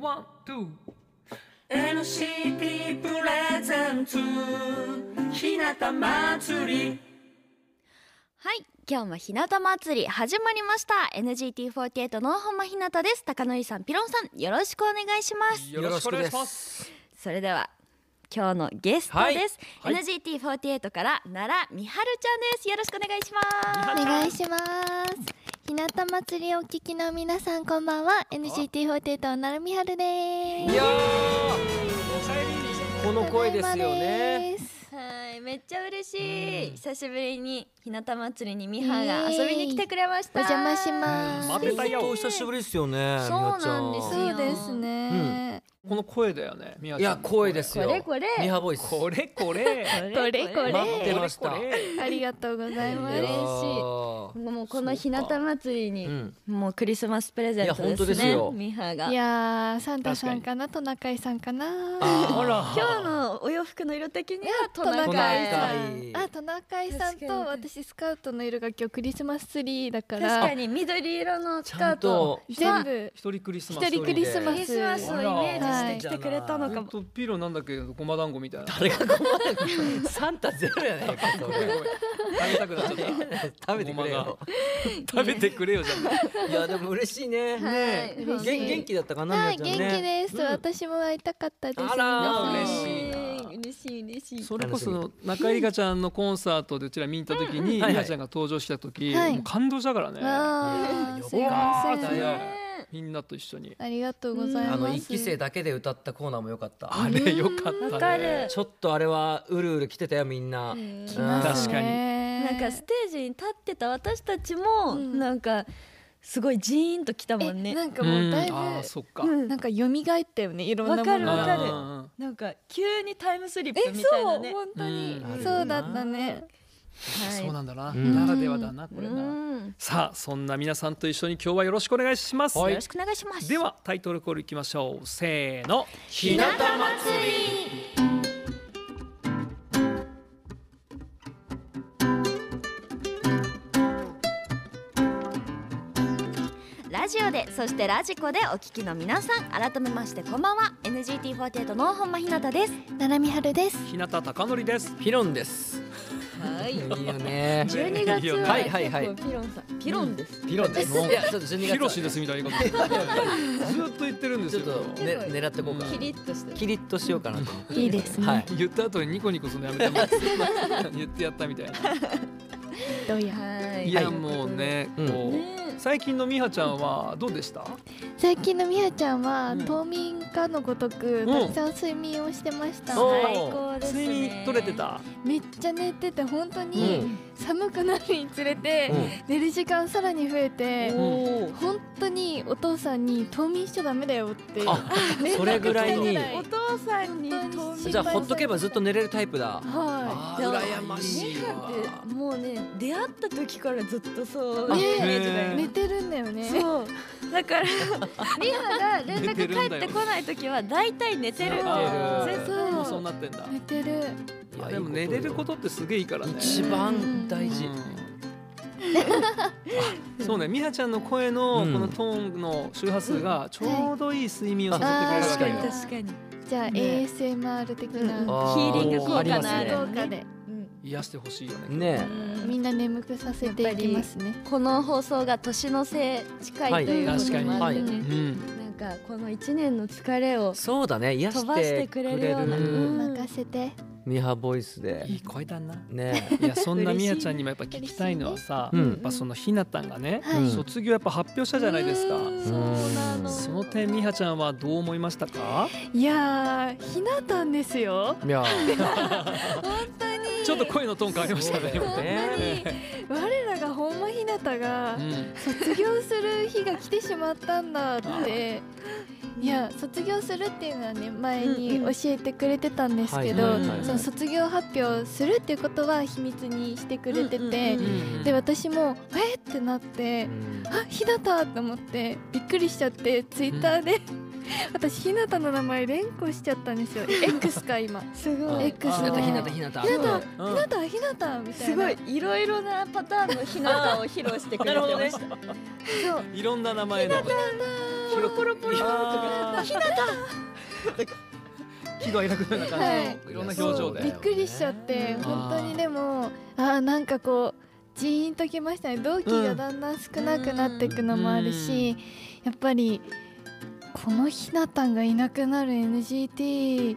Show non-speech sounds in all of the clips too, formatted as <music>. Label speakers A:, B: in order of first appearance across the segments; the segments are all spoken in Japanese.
A: ワン、ツー。
B: NCT プレゼンツ日向祭り
C: はい今日も日向祭り始まりました NGT48 の本間ひなたです高典さんピロンさんよろしくお願いします
A: よろしくお願いします。
C: それでは今日のゲストです、
A: はいはい
C: NGT48 から奈良美春ちゃんですよろしくお願いしま
D: お願いします日向祭りをお聞きの皆さんこんばんは NCT48 なるみはるで
A: い
D: す
A: やー、この声ですよね。
C: すはいめっちゃ嬉しい、久しぶりに日向祭りに美春が遊びに来てくれまし
D: お
C: た
D: 邪魔します
A: 待ってたよ
E: 本当お久しぶりですよね。
C: そうなんです
E: み
C: よ
E: なちゃ
D: そうですね、
A: この声だよね、みや。
E: んいや声ですす
C: こ
E: よ。
C: れこれ
E: ミハボイス。
A: これこれ。
C: これこれ
E: 待ってました
A: これこれ
D: ありがとうございま
C: 嬉しい
D: す
C: もうこの日向祭りに、
E: うん
C: もうクリスマスプレゼントですね
E: いや本当ですよ
C: ミハが
D: いやーサンタさん
A: 確か
D: かなトナカイさんかな
A: あら。
C: 今日のお洋服の色的にはトナ
E: トナ
C: カ
E: カ
C: イ
E: イ
C: さ
E: さ
C: ん
E: ん
D: あトナカイさん
C: 確か
D: と
C: に
D: 私スカウトの色が今日クリスマスツリーだか
C: 確
D: ら
C: かに緑色のス
E: ち
C: カ
E: ゃ
C: ー
E: ん
C: ト
E: と
D: 全部
A: 一人クリスマ
D: 一
A: ス。
D: 人クリスマ
C: ク
D: ス
C: リスマスをイメージしてきてくれたのか
A: 本
C: も、
A: 当ピロなんだっけど、ごま団子みたいな。
E: 誰が困る。サンタゼロやねんかそ
A: ごめん
E: れ。
A: ごめん食べたくなっちゃった。
E: 食べてくれよ。
A: <laughs> 食べてくれよじゃない。
E: いやでも嬉しいね。
C: はい
E: ね
C: 嬉
D: しい
E: 元元気だったかな
D: はい
E: み
D: 元
E: なちゃん
D: 気
E: ね。
D: です、
E: うん
D: 私も会いたかったです
E: あら
A: 嬉
D: 皆さん
A: しいな
C: 嬉しい嬉しい
A: それこそ中井梨花ちゃんのコンサートでうちら見に行った時に、
E: うん
A: 梨花ちゃんが登場した時、
D: はい
A: もう感動したからね。
D: わ
E: い
D: あ
E: や
D: すいま
A: 呼ぼうっ
D: せ
A: て
D: ん
A: ね
C: ね
A: みんなと一緒に。
D: ありがとうございます
E: あの一期生だけで歌ったコーナーも良かった。
A: あれよかったね。
C: わかる
E: ちょっとあれはうるうる来てたよみんな。
C: うん
D: 来ます
A: 確かに
D: ね
C: なんかステージに立ってた私たちも、
D: うん
C: なんかすごいジーンときたもん
D: え
C: ね
D: なんかもうだいぶ、
A: んあーそっか。
C: うん
D: なんか蘇ったよねいろんなもの
C: わかる
D: が
A: あー
C: なんか急にタイムスリップ
D: え
C: みたいな
D: そう
C: ね
D: 本当に
A: うん
D: そうだったね
C: はい
A: そうなんだな、
E: うん
A: ならではだなこれな、
C: うん
A: さあそんな皆さんと一緒に今日はよろしくお願いします、
C: よろしくお願いします
A: ではタイトルコールいきましょうせーの
E: 日向
C: ラジオでそしてラジコでお聞きの皆さん改めましてこんばんは NGT48 の本間ひなたです
D: ななみはるです
A: 日向貴則です
E: ピロンです。
C: はい
E: いいよね。
C: 12月は
E: はいはいはい
C: 結構ピロンさんピロンです、
E: ピロンです。いやちょっと12月。
A: ヒロシですみたいな言い方ずっと言ってるんです
E: ちょ
A: よ
E: っとね狙ってこうかな。
C: キリッとして
E: キリッとしようかなと思って。
D: いいですね
E: はい。
A: 言った後にニコニコするのやめてもらって言ってやったみたいな
D: どうや
C: はい
A: いやもうね、
E: うん
A: こう
C: ね
A: 最近の美羽ちゃんはどうでした
D: 最近のみやちゃんは、
A: うん
D: 冬眠かのごとく
A: うん
D: たくさん睡眠をしてました、
E: おー
C: 最高ですね
A: 睡眠取れてた
D: めっちゃ寝てて本当
E: う
D: に
E: ん。
D: 寒くなるにつれて、寝る時間さらに増えて、
C: おー
D: 本当にお父さんに冬眠しちゃダメだよって <laughs>
E: あ
D: 連絡
E: それぐらいに
D: 来た
C: お
D: ぐ
C: 父さんに
D: 本当に
E: じゃあほっとけばずっと寝れるタイプだ。
D: は
E: あ
C: いや
E: ー羨ましいわ。
C: ミカってもうね出会った時からずっとそう
D: ね
C: イメージだよ
D: い、
C: ね
D: 寝てるんだよね
C: そうだからリハが連
A: 寝てるんだよ
C: 絡返ってこない時は大体寝てる
E: 寝てる
A: あー
C: 絶
D: そう
A: もうそうなってんだ
D: 寝てる
E: いや
A: でも寝れることとってすげえいいからね
E: 一番大事。
A: うんそうね、美羽ちゃんの声のこ
E: うん
A: のトーンの周波数がちょうどいい睡眠をさせてくれるわけ
D: あ
A: よ。
D: ー
C: 確かに、
D: じゃあ、
C: ね
D: ASMR 的
C: うん
D: な、
E: あー
C: ヒーリング効果のある
E: りますね
D: 効果で
C: うん
A: 癒してほしいよね。
E: ね
D: みんな眠くさせていきますね
C: この放送が年の瀬近いということもあっ
A: う
C: てね、
E: は
A: ん、
C: なんかこの一年の疲れを
E: そうだね癒
C: 飛ばし
E: してて
C: く
E: く
C: れ
E: れ
C: るような
E: る
C: うん
D: 任せて
E: ミハボイスで
A: いい声だな。
E: ね
A: いや、そんな美羽ちゃんにもやっぱ聞きたいのはさ、
E: 嬉しいね
A: やっぱそのひなたんがね、
D: はい、
E: うん
A: 卒業やっぱ発表したじゃないですか。
C: うんそうなの
A: その点美羽ちゃんはどう思いましたか？
D: いやーひなたんですよ
E: いや
A: ちょっと声のトーン変わりましたね。
E: そうだよ
D: ね我らが本間ひなたが
A: うん
D: 卒業する日が来てしまったんだっていや卒業するっていうのはね前に教えてくれてたんですけど、
A: はいはいはい
D: その卒業発表するっていうことは秘密にしてくれてて、
C: うんうんうん
D: で私も「えっ!」ってなって
E: うん
D: あひなたと思ってびっくりしちゃってツイッターで、私ひなたの名前連呼しちゃったんですよ X か今ひ
C: す
E: あ
C: ごい
D: X
E: ひな
D: の
E: たひなたひなた
D: ひな
E: うん
D: なたひなたみたい
C: す
D: な
C: ごいいろいろなパターンのひなたを披露してくれてました
A: いろんな名前の。
D: ひ
F: ポロポロポロ
A: あ
F: ひなた
A: ー喜怒哀楽のような感じのいろんな表情
E: そうだよね
D: びっ
A: で
D: くりしちゃって
A: あー
D: 本当にでもあーなんかこうジーンときましたね同期がだんだん少なくなっていくのもあるし、やっぱりこのひなたんがいなくなる NGT っ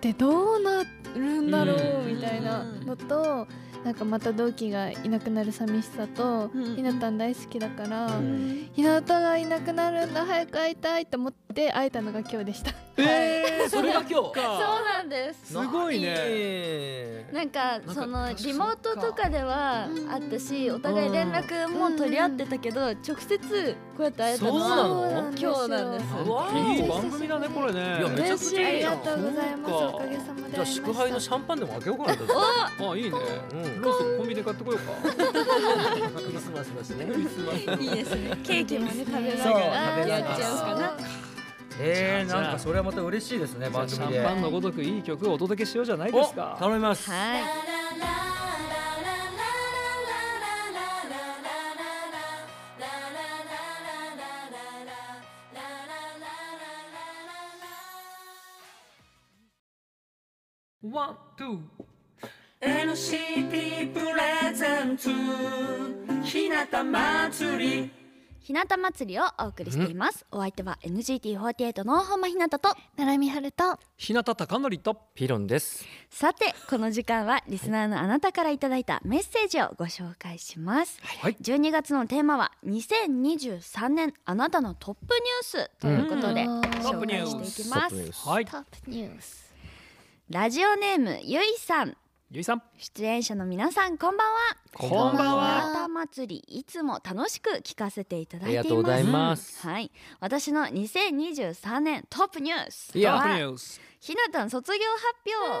D: てどうなるんだろう
A: うん
D: みたいなのとなんかまた同期がいなくなる寂しさと
F: うん
D: ひなたん大好きだから、
E: うん
D: ひなたがいなくなるんだ早く会いたいと思って会えたのが今日でした。
E: えー、それが今日
F: そうなんです
A: すごいね
E: ね
F: なんか
E: か
F: その
E: 確か
F: リモートとかでは
D: うん
F: あったしお互い連絡も取り合ってたけど直接こうやって会えたの
E: そうなの
F: は
D: ですよ
F: 今日なんです
E: うわー
A: いい番組だねこれね
E: いやめちゃくちゃいい
D: あ
E: や
D: りがとうございます。
A: そうか
D: おかげさまで。
E: じゃあ祝杯のシャンパンでも開けようかなと
A: あいいね
E: うん
A: ローソンコンビニで買ってこようか
E: クリスマスだしね
F: いいですねケーキもね食べな
E: そう
F: が
E: 食べ
F: ら
E: ながら
F: やっちゃうかな
E: えー、なんかそれはまた嬉しいですね番
A: シ
E: 組
A: ャンパ
E: で
A: ンのごとくいい曲をお届けしようじゃないで
E: お
A: すか
E: 頼みます
F: はい
B: ワン、ツー。NCT プレゼンツひなた祭り
F: 日向祭りをお送りしていますお相手は NGT48 の本間日向と
D: 奈良美春と。
A: 日向貴則と
E: ピロンです
F: さてこの時間はリスナーのあなたからいただいたメッセージをご紹介します、
A: はい
F: 12月のテーマは2023年あなたのトップニュースということで、
D: うん
A: トッ
F: 紹
A: プニュ
F: 介
A: ース
F: していきます
A: はい
D: ップニュース。
F: ラジオネームゆいさん
A: ゆいさん
F: 出演者の皆さんこんばんは
A: こん
E: ばん
A: ばんは
F: 日向祭りいつも楽しく聞かせていただ
E: あ
F: い
E: り
F: てい
E: が
F: ます
E: とうございます
F: はい私の2023年トップニュース
A: いやトップニ
F: は
A: ュース
F: ひなたん卒業発表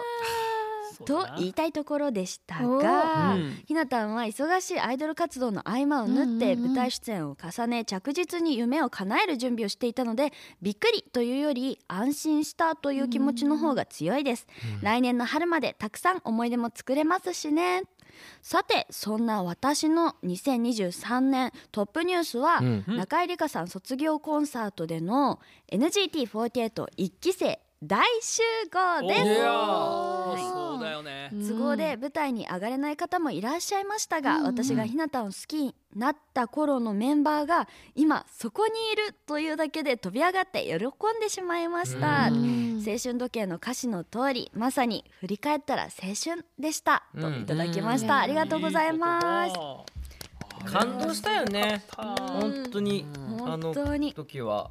F: と言いたいところでしたが、
A: おーうん
F: ひなたんは忙しいアイドル活動の合間を縫って
D: うんうんうん
F: 舞台出演を重ね着実に夢を叶える準備をしていたのでびっくりというより安心したという気持ちの方が強いです、来年の春までたくさん思い出も作れますしねさてそんな私の2023年トップニュースは、
E: うん
F: 中井理香さん卒業コンサートでの NGT48 期生大集合
A: い
F: で
A: や
D: は
A: ー
D: い
A: そうだよね
F: す都合で。舞台に上がれない方もいらっしゃいましたが、
D: うんうん
F: 私がひなたを好きになった頃のメンバーが今そこにいるというだけで飛び上がって喜んでしまいました、
E: う
F: 青春時計の歌詞の通りまさに振り返ったら青春でした、
E: う
F: と
E: ん
F: いただきました、
D: うん
F: ありがとうございます
E: 感動したよね本当に
F: うん
E: あの
F: 本当に
E: 時は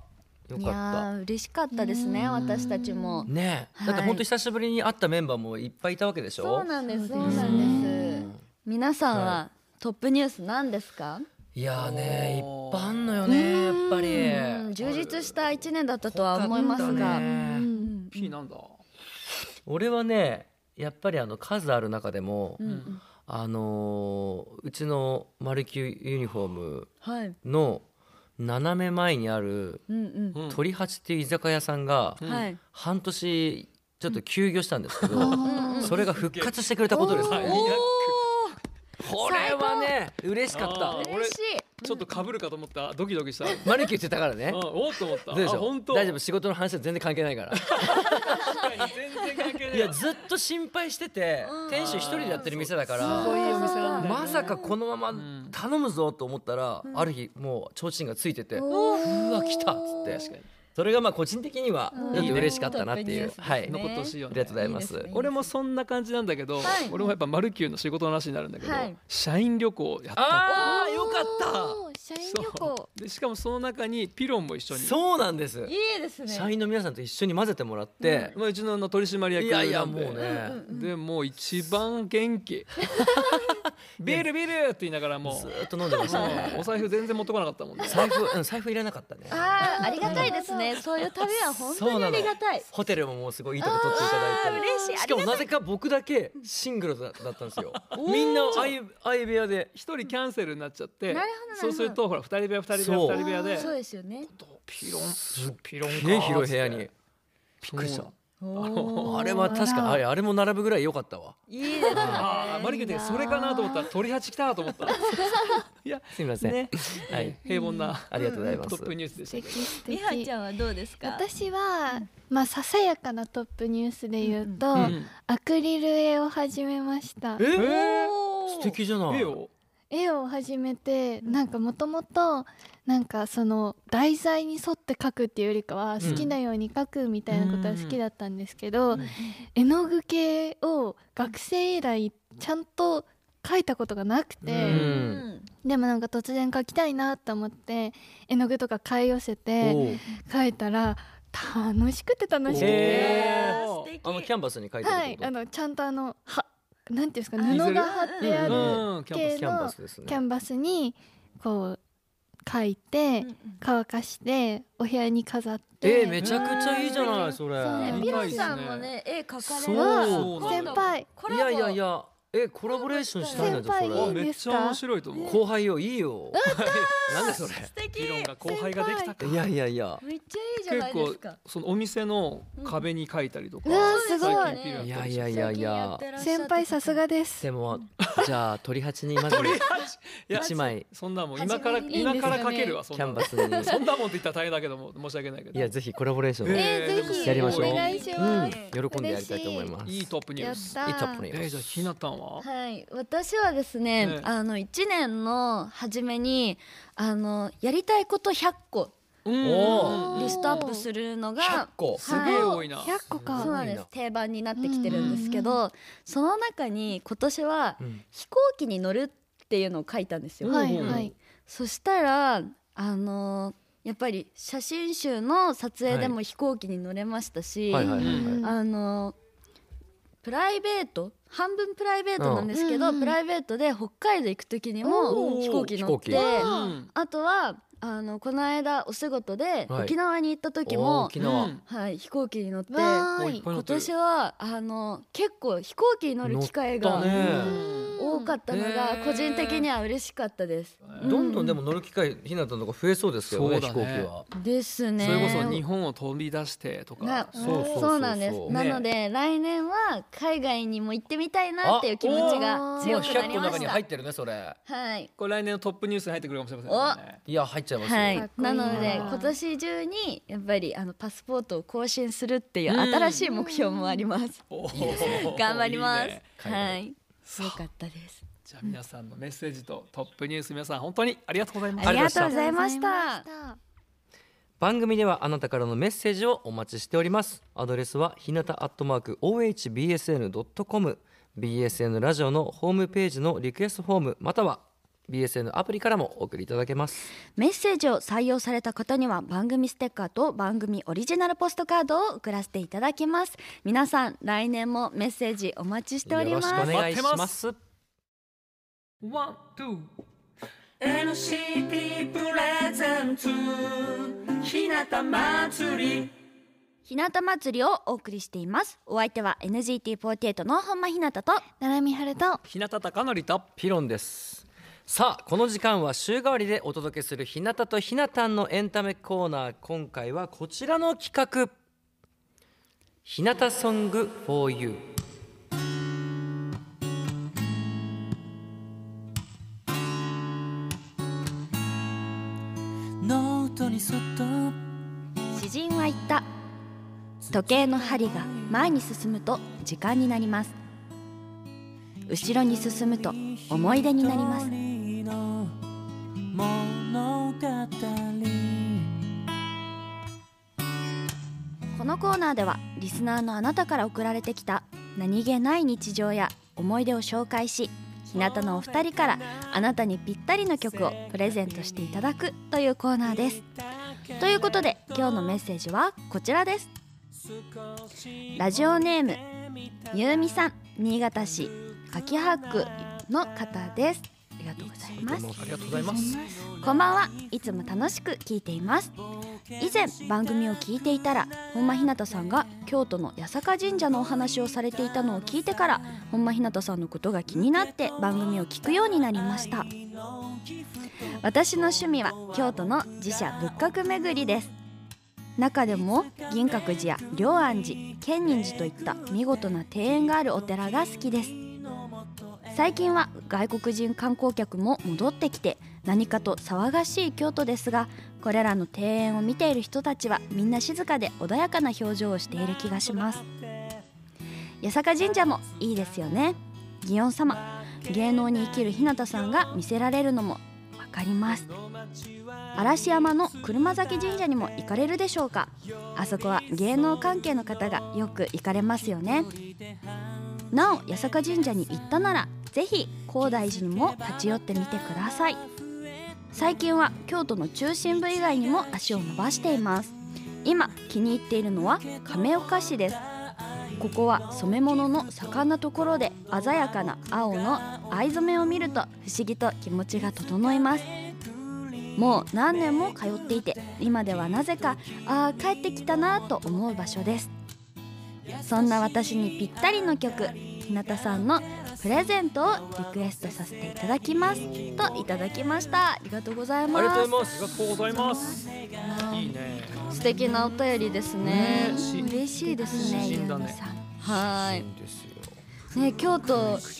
E: よ
F: い
E: か
F: や
E: っ
F: ー嬉しかったですね
D: うん
F: 私たちも
E: たねえ
F: はい
E: だって本当久しぶりに会ったメンバーもいっぱいいたわけでしょ
F: そうなんです
D: そ
F: そうう
D: ですね
F: なんです
E: うん
F: 皆さんは、
E: は
F: トップニュース何ですか
E: いやーねい
A: おー
E: っぱいあんのよねやっぱ
F: うん
E: り
F: 充実した一年だったとは思います
E: よかった
F: が、
E: ね
F: うん
A: ピーなんだ
E: 俺はねやっぱりあの数ある中でも、
F: うんうん
E: あのーうちのマルキュユニフォーム
F: はい
E: の斜め前にある
F: うんうん
A: うん
E: 鳥八っていう居酒屋さんが
A: うん
F: はい
E: 半年ちょっと休業したんですけ
D: う
E: ど、
D: ん
E: それが復活してくれたことです
A: おー
E: ね。これはね嬉しか
A: あ
E: っ
A: ー
E: た。
A: 俺
F: 嬉しい
A: ちょっと被るかと思ったドキドキした
E: マルキュって言ってたから
A: あ
E: ね。
A: おっと思った
E: どうでし
A: あ
E: ょ
A: 本
E: う
A: 当
E: 大丈夫仕事の話は全然関係ないから
A: 確かに全然関係ない
E: いやずっと心配してて店主一人でやってる店だか
A: そう
E: ら
A: いうお店なんだよね
E: まさかこのま
A: う
E: ま
A: ん
E: 頼むぞと思ったらある日もう提灯がついててうわ来たっつ
A: 確
E: って
A: か
E: それがまあ個人的には
F: うん
E: ちょっと嬉しかったなって
F: いい
E: い
F: ね
E: うはい
A: に残ってほしいよ
E: あり
A: ね
E: がとうございま
F: いい
E: す
F: ですね
A: 俺もそんな感じなんだけど
F: はい
A: 俺もやっぱマルキューの仕事の話になるんだけど
F: はい
A: 社員旅行やった
E: ああよかっ
D: おー。社員旅行。
A: でしかもその中にピロンも一緒
E: た
A: に
E: そうなんです
F: いいですね
E: 社員の皆さんと一緒に混ぜてもらって
A: まあうちのあの取締役
E: いやいや
A: なん
E: も
A: で
E: うね
A: でもう一番元気ビールビールって言いながらも
E: ず
A: う
E: ーっと飲んでましたね
A: うんお財布全然持っとかなかったもんね
E: 財布うん財布いらなかったね
F: あーありがたいですねそういう旅は本当にありがたい
E: ホテルももうすごいいいとこ取っていただいて
F: 嬉しいあ
E: し
F: り
E: か
F: が
E: も
F: たい
E: なぜか僕だけシングルだだったんですよみんな相相部屋で
A: 一人キャンセルになっちゃって
F: なるほどなる
A: そ
F: ほど
A: うするとほら二人部屋二人部
E: そう
A: 屋二人部屋で
F: そうですよね
A: ピロンピロンか
E: ね広い部屋にびっ
A: び
E: くりしたう
A: お
E: んあれは確か
D: あら
E: あれあれも並ぶぐらい良かったわ
A: いいですね
E: あ
A: マリケでそれかなと思ったら鳥八来たと思った
E: すみません、
A: ね、
E: はい
A: えー平凡な
E: ありがとうございます
A: トップニュースで
D: 素
A: したね
D: 敵素
C: りはち
D: 敵
C: ゃんはどうですか
D: 私はまあささやかなトップニュースで言うと、
A: うん
D: アクリル絵を始めました
A: えー
E: 素敵じゃない
A: えよ
D: 絵を始めてなんかもともとなんかその題材に沿って描くっていうよりかは好きなように描くみたいなことは好きだったんですけど、
A: うん
D: 絵の具系を学生以来ちゃんと描いたことがなく
E: う
D: て、
C: うんん
D: でもなんか突然描きたいなと思って絵の具とか買い寄せて
E: おう
D: 描いたら楽しくて楽しくて、
E: へ
C: ー素敵
E: あのキャンバスに書いてあ
D: は
E: るっ
D: い
E: て
D: あ
E: こと
D: のちゃんとあのはなんていうんですか
C: あ
D: 布が貼ってあ
E: う
D: る
A: うんキャン
D: 系
E: キャンバ
D: の
E: スですね
D: キャンバスにこう描いて乾かしてお部屋に飾って、
E: えー、めちゃくちゃいいじゃないそれ
A: う
C: ね
A: ん
C: ピロさんもね絵描かれる
E: そう
D: 先輩
C: コ
E: い
C: ラボ
E: やいやいやえコラボレーションしたいんだじゃあそ
D: 先輩い
A: パ
E: れ
D: いね
A: めっちゃ面白いと思う
E: 後輩よいいよなんでそれ
C: 素敵
A: 議論が後輩ができたか
E: いやいやいや
C: めっちゃいいじゃないですか
A: そのお店の壁に書いたりとか
D: うわーすごい
A: 最近ピロ
E: い
A: った
E: や
A: り
E: い
A: して
E: やいやいや
D: 先輩さすがです
E: でもじゃあ鳥八にまず
A: 鳥八いや
E: 一枚
A: そんなもん今から
C: 初め
D: にいいんです
A: 今
D: よね
A: から書けるわそ
E: キ
A: んな
E: ャン
A: もん
E: バス
A: そ
E: に
A: んなもんって言ったら大変だけども申し訳ないけど
E: いやぜひコラボレーション
D: えー
A: でも
D: ぜひ
E: やりましょう
D: お願いし
E: う
D: ま
E: ん
D: す、
E: 喜んでやりたいと思います
A: いいトップニュ
D: や
A: ー
D: っ
A: ス
D: た
E: いいトップ
A: え
E: に
A: ーじゃあひなたんは
F: はい、私はですね、
A: ね
F: あの1年の初めにあのやりたいこと100個
A: うん
E: お
F: リストアップする
E: 100
F: のが
E: 個
A: すごい多いな
D: 100個か
F: そうなんです定番になってきてるんですけど、その中に今年は
E: うん
F: 飛行機に乗るっていうのを書いたんですよ。
D: はいはい
F: そしたらあのやっぱり写真集の撮影でも飛行機に乗れましたし、
E: はいはいはいはい
D: うん
F: あのプライベート半分プライベートなんですけど、
D: うんうん
F: プライベートで北海道行く時に
A: お
F: も
A: ー
F: 飛行機乗っ
E: 飛
F: て
E: 行
A: う
D: あ
A: ん
F: あとはあのこの間お仕事で
E: はい
F: 沖縄に行った時
E: おー
F: も、
E: 沖縄
F: はい、飛行機に乗って今
D: わーい
A: こういうのってる
F: 年はあの結構飛行機に乗る機会
E: 乗った
F: が
E: ね
F: 多かったのが
A: へー
F: 個人的には嬉しかったです。うん
E: どんどんでも乗る機会ひなたのとこ増えそうですけどね
A: そ
E: 飛
A: うだ
E: 行機
A: ね
E: は
F: ですね。
A: それこそ日本を飛び出してと
F: が
A: か
E: そうそうそう
F: そうなんです、
E: ね
F: なので来年は海外にも行ってみたいなっていう気持ちが
D: あ
E: も
F: 強
E: う
F: くな
E: 100
F: り
E: 個の
F: ま
E: 中
F: し
E: に
F: た
E: 入ってるねそれ
F: はい
A: これ来年のトップニュースに入ってくるかもしれませんね
E: いや入っちゃいますよ、
F: は
D: かっ
F: い、
D: こいい
F: な
D: な
F: ので今年中にやっぱりあのパスポートを更新するっていう新しい目標もあります、
A: おー
F: 頑張ります
A: いいね
E: いいね
F: はいよかったです
A: じゃあ皆さんのメッセージとトップニュース皆さん本当にありがとうございます
F: ありがとう
D: り
F: ございまし
D: が
F: た
D: とうございまし
E: 番組ではあなたからのメッセージをお待ちしておりますアドレスはひなたアットマーク ohbsn.com BSN ラジオのホームページのリクエストフォームまたは BSN アプリからもお送りいただけます
F: メッセージを採用された方には番組ステッカーと番組オリジナルポストカードを送らせていただきます皆さん来年もメッセージお待ちしております
E: よろしくお願いし
A: 待って
E: ま
A: ますワン、ツー
B: NCT プレゼンツ日向祭り
F: 日向祭りをお送りしていますお相手は NGT48 の本間ひなたと
D: た奈良美春と
A: 日向貴則と
E: ピロンですさあこの時間は週替わりでお届けするひなたとひなたんのエンタメコーナー今回はこちらの企画ひなたソング for you
B: ノートにそっと
F: 詩人は言った時計の針が前に進むと時間になります後ろに進むと思い出になります
B: 物語
F: このコーナーではリスナーのあなたから送られてきた何気ない日常や思い出を紹介し日向のお二人からあなたにぴったりの曲をプレゼントしていただくというコーナーですということで今日のメッセージはこちらですラジオネームゆうみさん新潟市柿白区の方ですありがとうございます
A: ありがとうございます
F: こんばんはいつも楽しく聞いています以前番組を聞いていたら本間ひなたさんが京都の八坂神社のお話をされていたのを聞いてから本間ひなたさんのことが気になって番組を聞くようになりました私の趣味は京都の寺社仏閣巡りです中でも銀閣寺や龍安寺建仁寺といった見事な庭園があるお寺が好きです最近は外国人観光客も戻ってきて何かと騒がしい京都ですがこれらの庭園を見ている人たちはみんな静かで穏やかな表情をしている気がします八坂神社もいいですよね祇園様芸能に生きる日向さんが見せられるのもわかります嵐山の車崎神社にも行かれるでしょうかあそこは芸能関係の方がよく行かれますよねなお八坂神社に行ったならぜひ高大寺にも立ち寄ってみてください最近は京都の中心部以外にも足を伸ばしています今気に入っているのは亀岡市ですここは染め物の盛んなところで鮮やかな青の藍染めを見ると不思議と気持ちが整いますもう何年も通っていて今ではなぜかああ帰ってきたなと思う場所ですそんな私にぴったりの曲日向さんの「プレゼント」をリクエストさせていただきますといただきましたありがとうござい
E: あ
F: ま
E: りがとう
F: す
E: ございま
A: あ
E: す
A: りがとうございますいいね
F: 素敵なお便りですね
A: ねし
F: 嬉しいですね
A: 詩人だね
F: ゆうなさんは
E: 美
F: い
E: 人ですよ
F: ね京都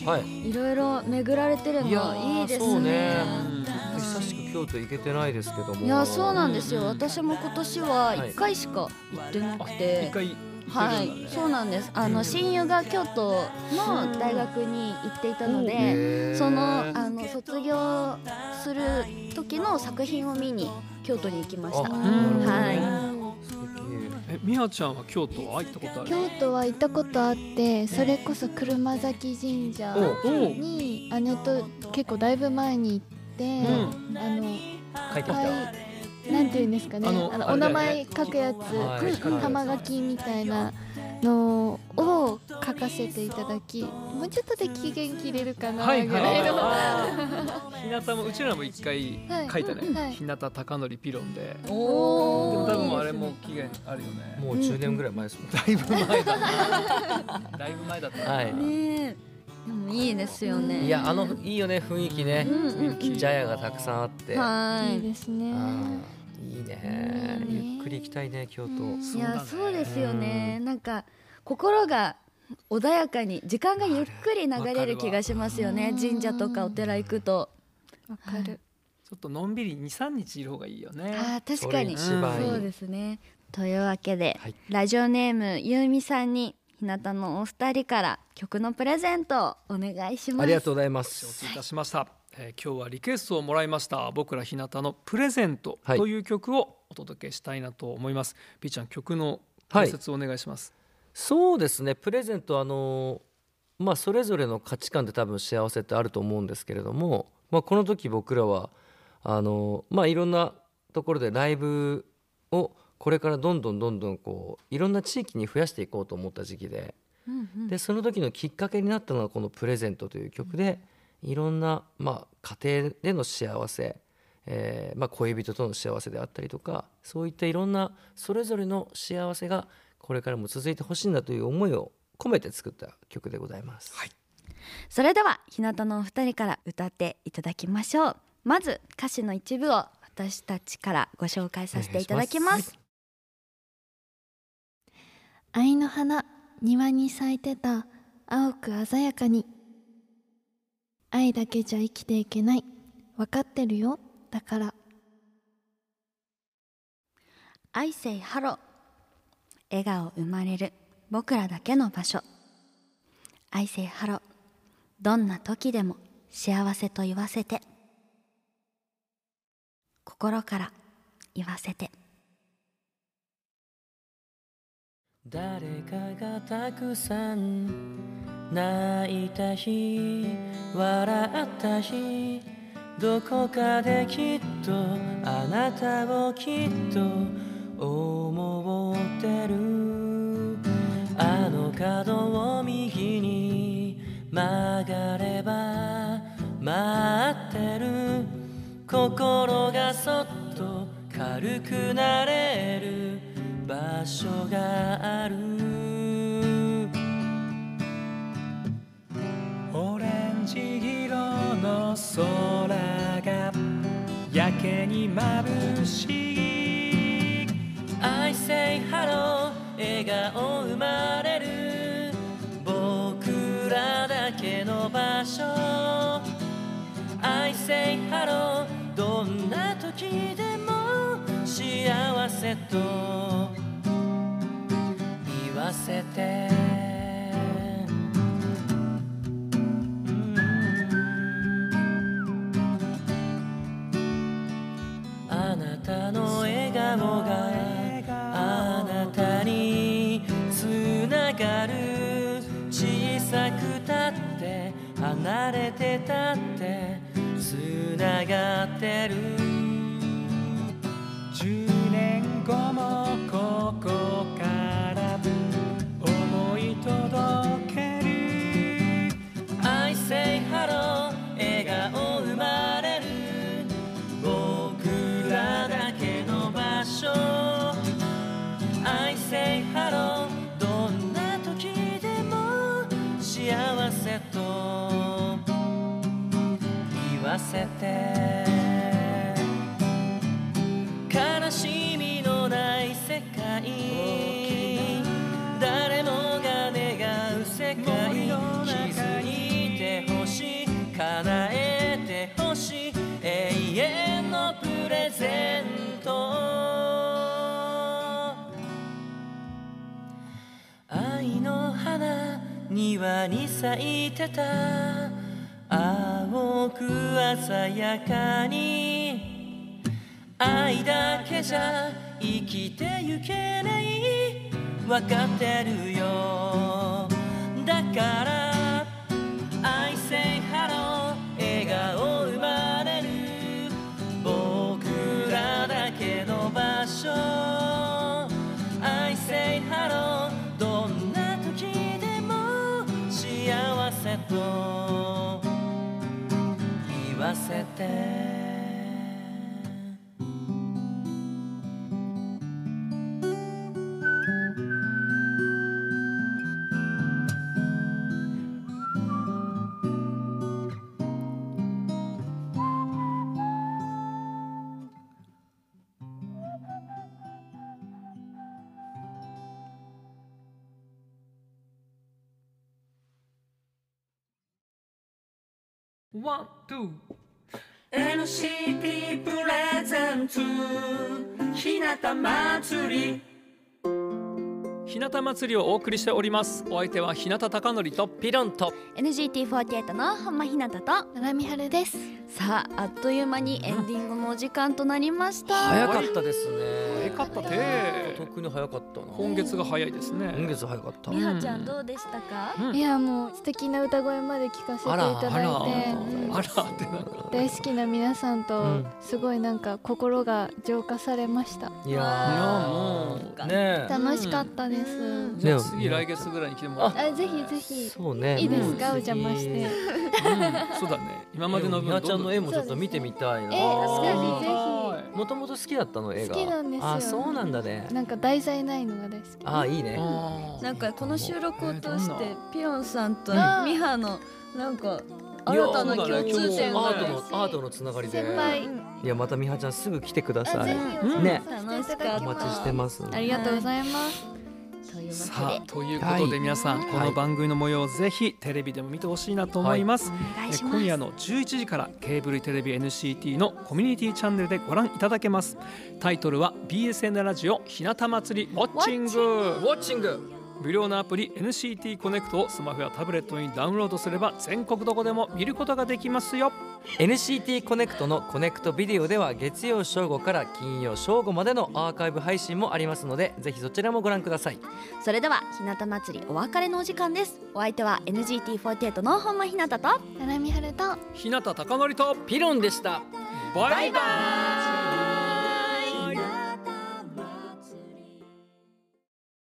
E: はい
F: いろいろ巡られてるの
E: いやー
F: いいです
E: そう
F: ね
E: ね
A: うん
E: 久しく京都行けてないですけども
F: いやそうなんですよ
A: うん
F: 私も今年は1回しか行ってなくて、
A: 一回行
F: は
A: けるん
F: い、
A: だね
F: そうなんです。あの親友が京都の大学に行っていたので、
E: へー
F: そのあの卒業する時の作品を見に京都に行きました。
E: あ
A: うん
F: は
E: 素敵
A: えみやちゃんは京都は行ったことある
D: 京都は行ったことあってそれこそ車崎神社
A: おう
D: に姉と結構だいぶ前に行って、あの
E: 帰ってきた
D: はいなんていうんですかね
A: あ
D: あ
A: の
D: の
A: あ
D: お
A: れだ
D: 名
A: よね
D: 前書くやつ、
E: はい
D: うん玉書きみたいなのを書かせていただきもうちょっとで期限切れるかな
A: はい
D: ぐ
A: はい
D: らいの、
A: 日向もうちらも一回書いたね、
D: はい
A: 日向貴教ピロンで
C: おお
A: でも
C: ー
A: 多分あれも期限あるよね
E: もう10年ぐらい前ですもん
A: だいぶ前だなだいぶ前だったな、
E: はい
F: い。ねえ、でもいいですよね。
E: いやあのいいよね雰囲気ね
F: うんうんうん
E: ジャヤがたくさんあって
F: はい
D: い
F: い。
D: ですね
E: あーいいね
D: いいね
E: ゆっくり行きたいね京都
F: い
A: そうだね
F: やそうですよね。なんか心が穏やかに時間がゆっくり流れる気がしますよ
D: わ
F: ね。
D: かるわ
F: 神社とかお寺行くと。
D: わかる
A: ちょっとのんびり二三日いる方がいいよね
F: あー
E: そ
F: 確
E: れ
F: かに。
E: 一番い
F: そう
E: い
F: ですね。というわけで、
E: はい
F: ラジオネームゆうみさんに日向のお二人から曲のプレゼントをお願いします。
E: ありがとうございま
A: 承
E: す
A: 知いたしました、えー今日はリクエストをもらいました僕ら日向のプレゼント
E: はい
A: という曲をお届けしたいなと思います、ピーちゃん曲の
E: は
A: 解
E: い
A: 説をお願いします、
E: そうですねプレゼントあのまあそれぞれの価値観で多分幸せってあると思うんですけれども、まあ、この時僕らはあのまあいろんなところでライブをこれからどんどんどんどんこういろんな地域に増やしていこうと思った時期で
F: うんうん
E: でその時のきっかけになったのがこの「プレゼント」という曲でいろんな、まあ、家庭での幸せ、えーまあ、恋人との幸せであったりとかそういったいろんなそれぞれの幸せがこれからも続いてほしいなという思いを込めて作った曲でございます。はい、
F: それでは日向のお二人から歌っていただきましょう。まず歌詞の一部を私たちからご紹介させていただきます。
D: 愛の花庭に咲いてた青く鮮やかに愛だけじゃ生きていけない分かってるよだから
F: I say hello 笑顔生まれる僕らだけの場所 I say hello どんな時でも幸せと言わせて心から言わせて
B: 誰かがたくさん泣いた日笑った日どこかできっとあなたをきっと思ってるあの角を右に曲がれば待ってる心がそっと軽くなれる場所があるオレンジ色の空がやけに眩しい I say
E: 顔生まれる僕らだけの場所 I say hello どんな時でも幸せと言わせてあなたの笑顔があなたにつながる小さくたって離れてたってつながってる
A: 10年後もここから思い届ける
E: I say hello 笑顔生まれる僕らだけの場所 I say hello どんな時でも幸せと言わせて悲しみのない世界誰もが願う世界気づいてほしい叶えてほしい永遠のプレゼント愛の花庭に咲いてた青く鮮やかに愛だけじゃ生きてゆけないわかってるよだから I say hello 笑顔生まれる僕らだけの場所 I say hello どんな時でも幸せと言わせて
A: ワン、ツー
G: NCT プレゼンツ日向祭り
A: 日向祭りをお送りしておりますお相手は日向貴則と
H: ピロンと
F: NGT48 の本間ひなたと
D: 七海春です
F: さああっという間にエンディングのお時間となりました、
H: 早かったですね
A: 早かったて
H: 特に早かったな
A: 今月が早いです
H: 今
A: ね
H: 月早かった
C: みはちゃんどうでしたか？
A: うん
D: いやもう素敵な歌声まで聞かせてい
H: あ
D: た
H: らあら
D: だいて
A: あらってなんか
D: 大好きな皆さん
H: う
D: と
H: ん
D: すごいなんか心が浄化されました
H: いや
A: ーいやも
H: ーねえ
D: 楽しかったです
A: じゃあ
H: ね
A: 次来月ぐらいに来てもらって
D: あぜひぜひ
H: そうね
D: いいです
A: う
D: かお邪魔して
A: うんそうだね今までの
H: みな
A: 分
H: ちゃんの絵もちょっと見てみたいな
D: え確かに
A: は
D: ぜ
H: もともと好きだったの映画
D: 好きなんですよ
H: あそうなんだね
D: ひなんか題材ないのが大好き
H: あいいね
A: あ
C: なんかこの収録を通し
A: えー
C: てピロンさんとミ
D: うん
C: ハのなんか
H: いや
C: 新たな共通点
H: ア
C: が
H: ートのアートのつながりで
D: 先輩
H: いやまたみはちゃんすぐ来てくださ
D: あ
H: い
D: ぜひお
A: う
D: 邪
A: ん
H: ね
D: 魔させていただき
H: お
D: ま
H: 待
D: す
H: ちしてます
D: ありがとうございます
C: というわ
A: さあということ
H: は
A: で
H: い
A: 皆さん、この番組の模様をぜひテレビでも見てほしいなと思います、
F: お願い
A: え
F: します
A: 今夜の11時からケーブルテレビ NCT のコミュニティチャンネルでご覧いただけますタイトルは BSN ラジオひなた祭りウォッチング
H: ウォッチング
A: 無料のアプリ NCT コネクトをスマホやタブレットにダウンロードすれば全国どこでも見ることができますよ
H: NCT コネクトのコネクトビデオでは月曜正午から金曜正午までのアーカイブ配信もありますのでぜひそちらもご覧ください
F: それでは日向祭りお別れのお時間ですお相手は NGT48 の本間ひなたと
D: 七海春と
A: 日向貴教と
H: ピロンでした
A: バイバイ